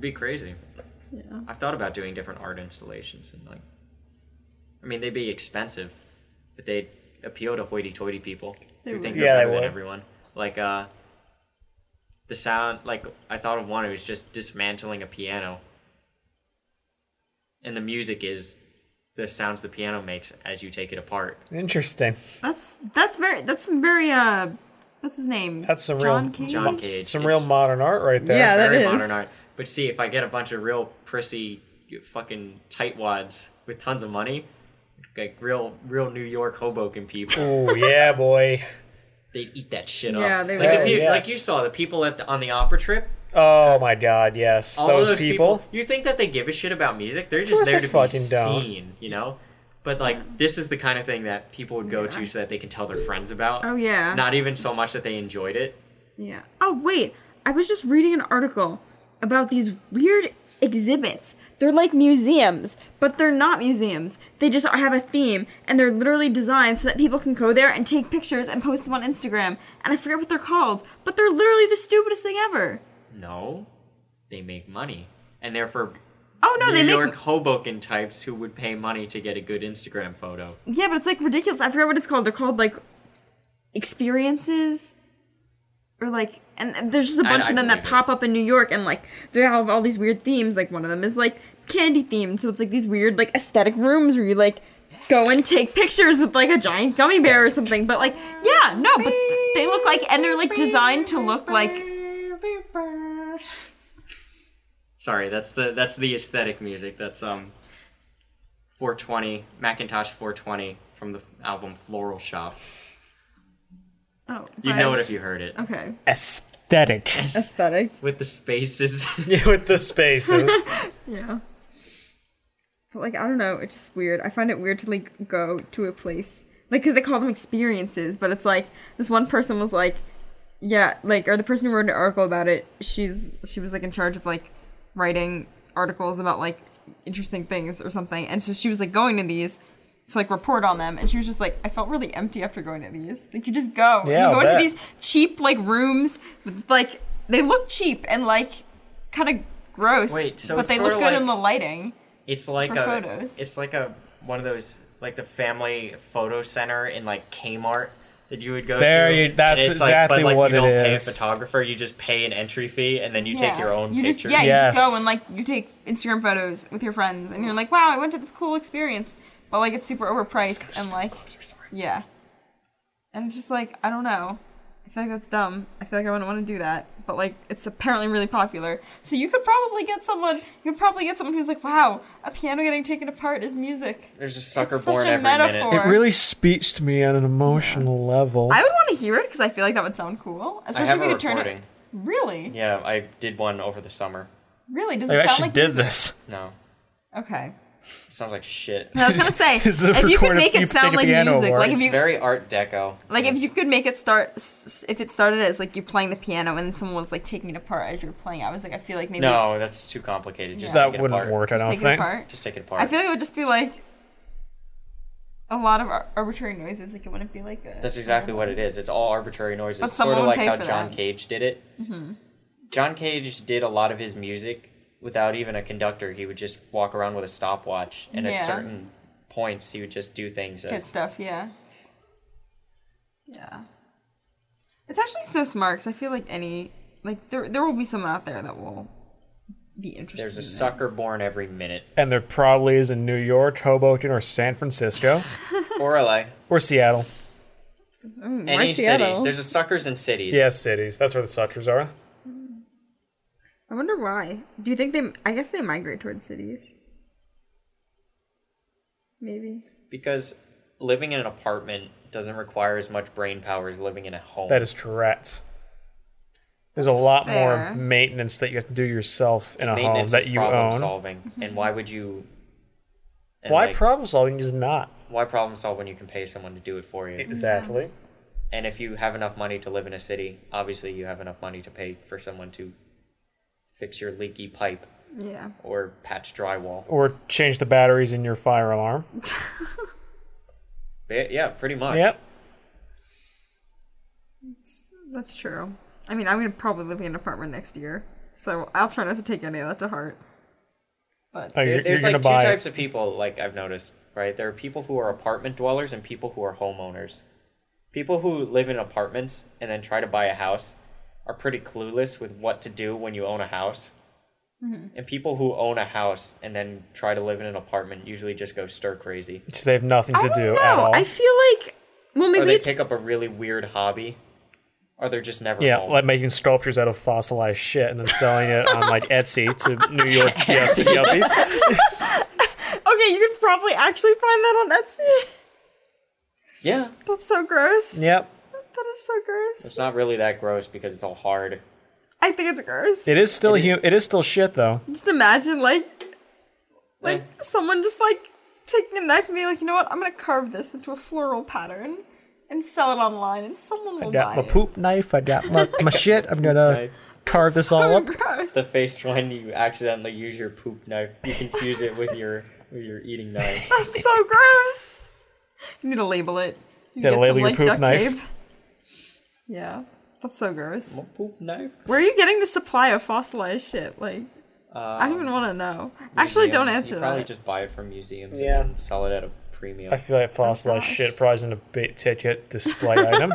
be crazy. Yeah. I've thought about doing different art installations and like, I mean, they'd be expensive, but they'd appeal to hoity-toity people They who would. think they're Yeah, they better than would. everyone. Like, uh, the sound. Like, I thought of one. It was just dismantling a piano, and the music is the sounds the piano makes as you take it apart. Interesting. That's that's very that's some very uh what's his name? That's some John real- Cage? John Cage. Some It's real modern art right there. Yeah, that very is. modern art. But see, if I get a bunch of real prissy fucking tightwads with tons of money, like real real New York Hoboken people, Oh yeah, boy. they'd eat that shit Yeah, up. they like, would. if you, Oh, like yes. you saw the people at the, on the opera trip. Oh my God, yes. All those of those people. You think that they give a shit about music? They're course just there they to be fucking seen, don't. you know. But like this is the kind of thing that people would go to so that they can tell their friends about. Oh yeah. Not even so much that they enjoyed it. Yeah. Oh wait, I was just reading an article about these weird exhibits. They're like museums, but they're not museums. They just have a theme and they're literally designed so that people can go there and take pictures and post them on Instagram. And I forget what they're called, but they're literally the stupidest thing ever. No, they make money, and therefore Oh no, New they make York Hoboken types who would pay money to get a good Instagram photo. Yeah, but it's like ridiculous. I forget what it's called. They're called like experiences. Or like, and and there's just a I- bunch I of them that believe it. pop up in New York, and like they have all these weird themes. Like one of them is like candy themed, so it's like these weird like aesthetic rooms where you like go and take pictures with like a giant gummy bear or something. But like, yeah, no, but th- they look like, and they're like designed to look like. Sorry, that's the that's the aesthetic music. That's um 420 Macintosh 420 from the album Floral Shop. Oh, You know it if you heard it. Okay, Aesthetic. aesthetic. With the spaces. Yeah, with the spaces. Yeah. But like I don't know, it's just weird. I find it weird to like go to a place like because they call them experiences, but it's like this one person was like, yeah, like or the person who wrote an article about it, she's she was like in charge of like writing articles about like interesting things or something, and so she was like going to these. To like report on them, and she was just like, I felt really empty after going to these. Like you just go, And Yeah, you go I'll into bet. these cheap like rooms, with, like they look cheap and like kind of gross. Wait, so but it's they look sorta good like- in the lighting. It's like For a photos. it's like a one of those like the family photo center in like Kmart that you would go There to. you- and that's it's like- but, exactly like, what it you don't pay a is. photographer, you just pay an entry fee and then you take your own You pictures. just yeah, you just Yes. go and like you take Instagram photos with your friends, and you're like, wow, I went to this cool experience, but like it's super overpriced and like Oh, yeah, and it's just like I don't know. I feel like that's dumb. I feel like I wouldn't want to do that, but like it's apparently really popular. So you could probably get someone. You could probably get someone who's like, "Wow, a piano getting taken apart is music." There's a sucker It's such born a every metaphor. minute. It really speaks to me on an emotional level. I would want to hear it because I feel like that would sound cool, I especially have if a you could turn it. recording. Really, Yeah, I did one over the summer. really, does I it sound actually like did music? this. No, Okay. it sounds like shit. I was gonna say, Is it a if you could recorded- make it you take sound a like piano music, award? like if It's you, very Art Deco. like if you could make it start, s- if it started as like you playing the piano and someone was like taking it apart as you were playing, I was like, I feel like maybe No, that's too complicated. Just that take it wouldn't apart. work, I just don't take think. it apart. Just take it apart. I feel like it would just be like a lot of ar- arbitrary noises. Like it wouldn't be like a. that's exactly what it is. It's all arbitrary noises. But sort of someone like pay how for John that. Mm-hmm. Cage did it. John Cage did a lot of his music without even a conductor. He would just walk around with a stopwatch, and Yeah. at certain points, he would just do things good as stuff. Yeah. Yeah. It's actually so smart because I feel like any like there there will be someone out there that will be interested. there's a in that. sucker born every minute. And there probably is in New York, Hoboken, or San Francisco, Or LA. or Seattle. Any Hmm, Seattle? city. There's a suckers in cities. Yes, cities. That's where the suckers are. I wonder why. Do you think they? I guess they migrate towards cities. Maybe. Because living in an apartment doesn't require as much brain power as living in a home. That is correct. There's a lot fair. more maintenance that you have to do yourself in a home maintenance that is you problem own. solving. And why would you? and, Why like, problem solving is not why problem solve when you can pay someone to do it for you? exactly? And if you have enough money to live in a city, obviously you have enough money to pay for someone to fix your leaky pipe Yeah. or patch drywall. Or change the batteries in your fire alarm. Ba- Yeah, pretty much. Yep. That's true. I mean, I'm gonna probably live in an apartment next year. So I'll try not to take any of that to heart. Oh, But you're, There- you're there's gonna like two buy. types of people, like I've noticed, right? There are people who are apartment dwellers and people who are homeowners. People who live in apartments and then try to buy a house are pretty clueless with what to do when you own a house. And people who own a house and then try to live in an apartment usually just go stir crazy. Just they have nothing to I do don't at know. all. I feel like well Or maybe they it's pick up a really weird hobby, or they're just never yeah, home. like making sculptures out of fossilized shit and then selling it on like Etsy to New York yuppie- yuppies. okay. You could probably actually find that on Etsy. yeah, That's so gross. Yep. That is so gross. it's not really that gross because it's all hard. I think it's gross. It is still hu- it is still shit though. just imagine like like someone just like taking a knife and being like, you know what, I'm gonna carve this into a floral pattern and sell it online and someone will I buy got my poop knife. I got my, my shit. I'm gonna knife. carve it. this all so up. gross. the face when you accidentally use your poop knife. You confuse it with your with your eating knife. That's so gross. You need to label it. You Gotta label your poop knife. Yeah. That's so gross. poop knife. Where are you getting the supply of fossilized shit? Like, I don't even Um, want to know. Actually, don't Museums, answer You that. probably just buy it from museums Yeah. and then sell it at a premium. I feel like fossilized Oh gosh. shit probably isn't a big ticket display item.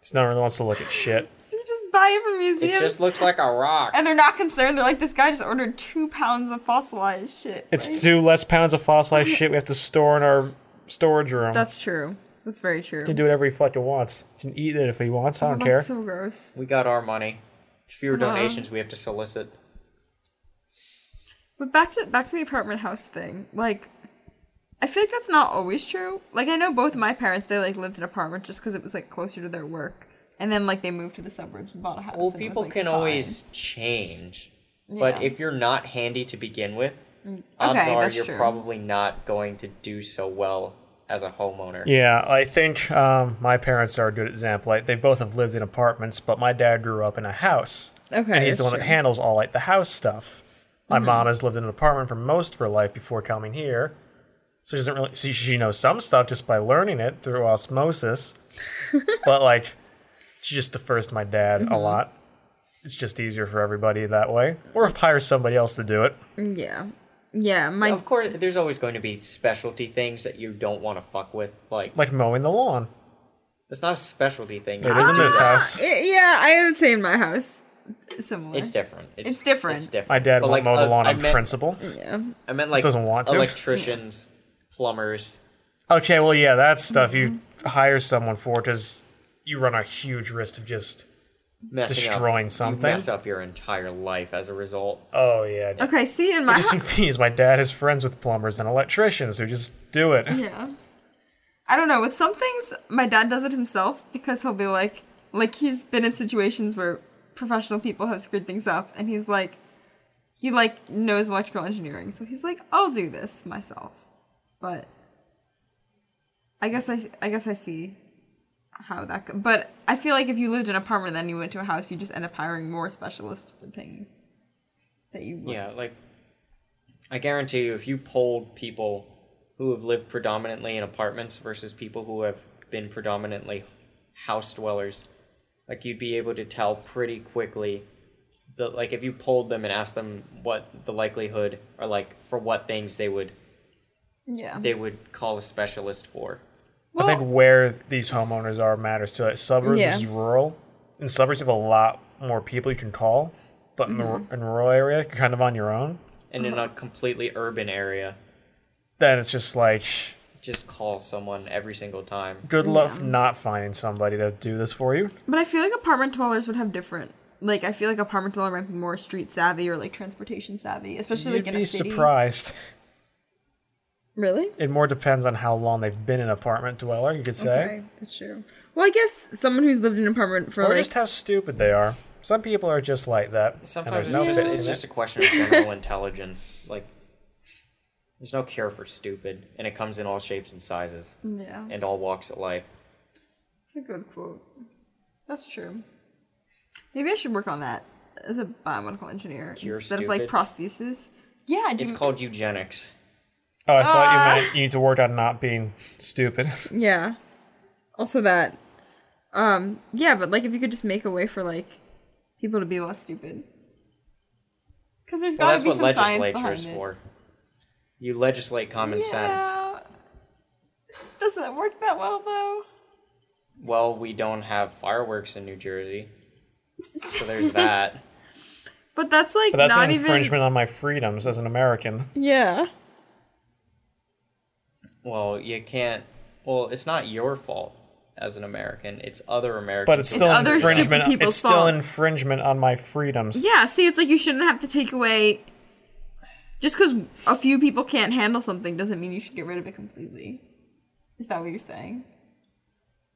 It's no one really wants to look at shit. you just buy it from museums. it just looks like a rock. and they're not concerned. They're like, this guy just ordered two pounds of fossilized shit. It's two less pounds of fossilized shit we have to store in our storage room. That's true. That's very true. Oh, He can do whatever he fucking wants. He can eat it if he wants. I don't care. That's so gross. we got our money. It's fewer Uh-huh. donations we have to solicit. But back to back to the apartment house thing. Like, I feel like that's not always true. Like, I know both my parents they like lived in an apartment just because it was like closer to their work, and then like they moved to the suburbs and bought a house. Well, and it was, people like, can fine. always change, but Yeah. Mm, if you're not handy to begin with, odds okay, are that's you're true. probably not going to do so well as a homeowner. Yeah, I think um, my parents are a good example. Like, they both have lived in apartments, but my dad grew up in a house. Okay, And he's the that's one true. that Mm-hmm. handles all like the house stuff. My mom has lived in an apartment for most of her life before coming here. So she doesn't really she, she knows some stuff just by learning it through osmosis. but like she just defers to my dad Mm-hmm. a lot. It's just easier for everybody that way. Or hire somebody else to do it. Mm, Yeah, yeah. My Of course, there's always going to be specialty things that you don't want to fuck with. Like, Like mowing the lawn. it's not a specialty thing. It is in this house. I- Ah, yeah, I would say in my house, similar. It's different. It's, It's different. It's different. My dad But, like, won't mow the uh, lawn I on meant, principle. yeah. I meant like doesn't want to. electricians, plumbers. Okay, well, yeah, that stuff you hire someone for because you run a huge risk of just. Messing Destroying up. something? You mess up your entire life as a result. Oh yeah. I'm Okay. See, in my just house. confused. My dad is friends with plumbers and electricians who just do it. Yeah. I don't know. With some things, my dad does it himself because he'll be like, like he's been in situations where professional people have screwed things up, and he's like, he like knows electrical engineering, so he's like, I'll do this myself. But I guess I, I guess I see how that. Go- but I feel like if you lived in an apartment and then you went to a house, you just end up hiring more specialists for things that you. would- Yeah, like I guarantee you, if you polled people who have lived predominantly in apartments versus people who have been predominantly house dwellers, like you'd be able to tell pretty quickly. That like if you polled them and asked them what the likelihood or like for what things they would Yeah. they would call a specialist for. I Well- think where these homeowners are matters too. Like suburbs Yeah. is rural. In suburbs, you have a lot more people you can call, but in, the, ru- Mm-hmm. in rural area, you're kind of on your own. and in a completely urban area, Then it's just like just call someone every single time. good luck not finding somebody to do this for you. But I feel like apartment dwellers would have different. Like I feel like apartment dweller might be more street savvy or like transportation savvy, especially You'd like in be a city. surprised. Really? It more depends on how long they've been an apartment dweller. You could say. Okay, that's true. Well, I guess someone who's lived in an apartment for Or like just how stupid they are. Some people are just like that. Sometimes and there's it's, no just, fixing it's it. just a question of general intelligence. Like, there's no cure for stupid, and it comes in all shapes and sizes yeah, and all walks of life. it's a good quote. That's true. Maybe I should work on that as a biomedical engineer Cure instead of like stupid. prosthesis. Yeah, do It's you- called eugenics. Oh, I Ah. thought you meant you need to work on not being stupid. yeah. Also that, um, yeah, but like if you could just make a way for like people to be less stupid, Because there's Well, got to that's be what some science legislature behind is it. for. You legislate common sense. yeah. Doesn't it work that well though? Well, we don't have fireworks in New Jersey, so there's that. But that's like But that's not an even. infringement on my freedoms as an American. Yeah. Well, you can't. Well, it's not your fault as an American. It's other Americans. But it's who- still other stupid infringement. people's It's still fault. infringement on my freedoms. Yeah. See, it's like you shouldn't have to take away. Just because a few people can't handle something doesn't mean you should get rid of it completely. Is that what you're saying?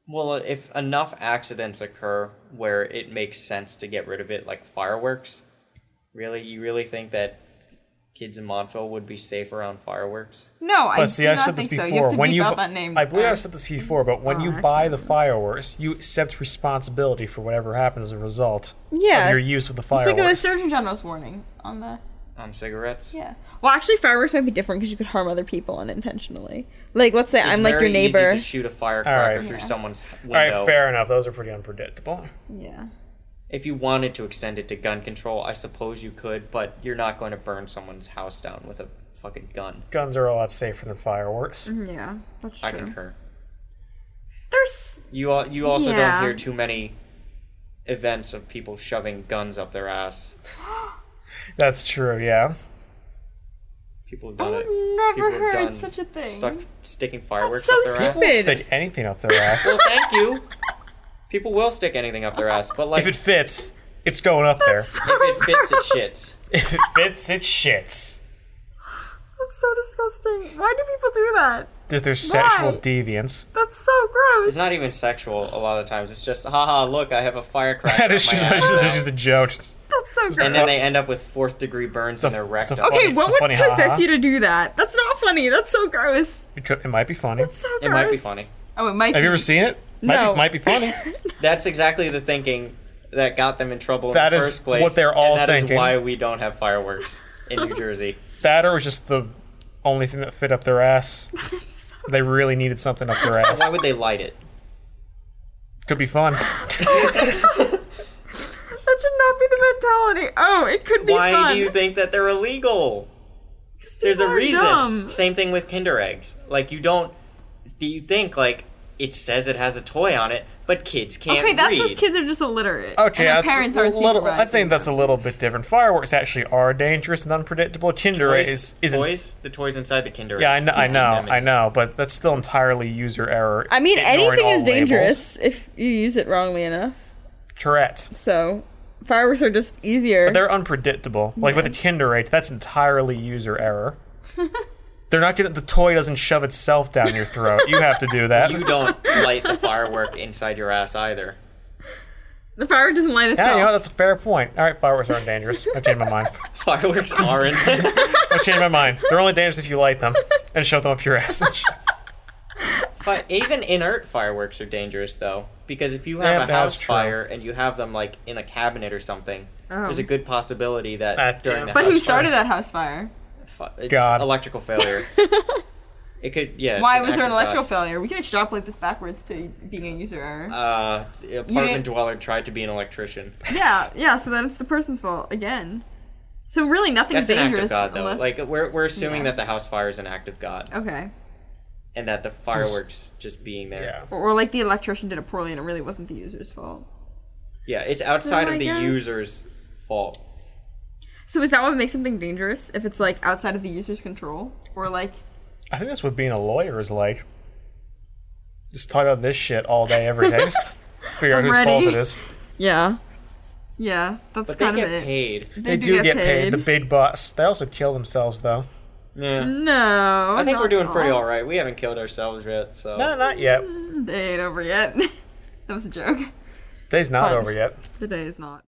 Well, if enough accidents occur where it makes sense to get rid of it, like fireworks, really, you really think that kids in Montville would be safe around fireworks? No, I But see, do I've not said this think before. so. You have to when beep you, out bu- that name. I believe uh, I've said this before, but when Oh, you actually, buy I the don't. fireworks, you accept responsibility for whatever happens as a result Yeah. of your use of the It's like the fireworks. Surgeon General's warning on the. On cigarettes? Yeah. Well, actually, fireworks might be different because you could harm other people unintentionally. Like, let's say It's I'm like your very easy neighbor. to shoot a firecracker All right. through Yeah. someone's h- All window. right, fair enough. Those are pretty unpredictable. yeah. If you wanted to extend it to gun control, I suppose you could, but you're not going to burn someone's house down with a fucking gun. Guns are a lot safer than fireworks. Yeah. That's true. I concur. There's You al- you also Yeah. don't hear too many events of people shoving guns up their ass. That's true. Yeah. People have I've done it. never People have heard done such a thing. Stuck sticking fireworks so up their stupid. ass. Good. Stick anything up their ass Well, thank you. People will stick anything up their ass, but like if it fits. It's going up there. So if it fits, gross. it shits. If it fits, it shits. That's so disgusting. Why do people do that? There's their sexual Why? deviance. That's so gross. It's not even sexual a lot of times. It's just, haha, look, I have a firecracker. That is up just, my that's ass." just, that's just a joke. Just- That's so gross. And then they end up with fourth degree burns a- in their it's a rectum. fucking- okay, funny- what it's a would funny possess haha. you to do that? That's not funny. That's so gross. It could- it might be funny. That's so gross. It might be funny. Oh, it might. be. Have you ever seen it? Might No. be, might be funny. That's exactly the thinking that got them in trouble That in is the first place. what they're all and that is thinking. why we don't have fireworks in New Jersey. that or was just the only thing that fit up their ass. so- They really needed something up their ass. Why would they light it? Could be fun. That should not be the mentality. Oh, it could be Why fun. do you think that they're illegal? 'Cause There's a people are reason. dumb. Same thing with Kinder eggs. Like you don't, do you think like it says it has a toy on it, but kids can't Okay, that's read. because kids are just illiterate. Okay, and their that's parents a aren't little, I supervising think that's a little bit different. Fireworks actually are dangerous and unpredictable. Kinder toys, is isn't. toys, the toys inside the Kinder Yeah, I eggs. know, I Kids eat know, them I and- know, but that's still entirely user error. I mean, ignoring anything all is labels. dangerous if you use it wrongly enough. Correct. So fireworks are just easier. They're unpredictable. Like with a Kinder egg, that's entirely user error. They're not gonna. The toy doesn't shove itself down your throat. You have to do that. You don't light the firework inside your ass either. the firework doesn't light itself. Yeah, you know that's a fair point. All right, fireworks aren't dangerous. I changed my mind. Fireworks aren't. I changed my mind. They're only dangerous if you light them and shove them up your ass. And sh- But even inert fireworks are dangerous though, because if you Yeah, have a that's house true. fire and you have them like in a cabinet or something, Oh. there's a good possibility that That- during yeah. the but house who fire- started that house fire? Fu- It's God. electrical failure. it could, yeah. it's Why an was there act of an electrical God. failure? We can extrapolate this backwards to being a user error. Uh, the apartment didn't- dweller tried to be an electrician. yeah, yeah. So then it's the person's fault again. So really, nothing's That's an act of dangerous God, though. unless Like we're we're assuming Yeah. that the house fire is an act of God, okay, and that the fireworks just being there. yeah. or, or like the electrician did it poorly and it really wasn't the user's fault. Yeah, it's outside I of the guess- user's fault. So is that what makes something dangerous? If it's like outside of the user's control, or like I think that's what being a lawyer is like. Just talk about this shit all day, every day. Just figure out I'm whose ready. fault it is. yeah, yeah, that's But they kind get of it. paid. They, do, get paid. The big bucks. They also kill themselves, though. Yeah. No, I think we're not doing pretty all right. We haven't killed ourselves yet, so No, not yet. The day ain't over yet. that was a joke. Day's not Fun. over yet. The day is not.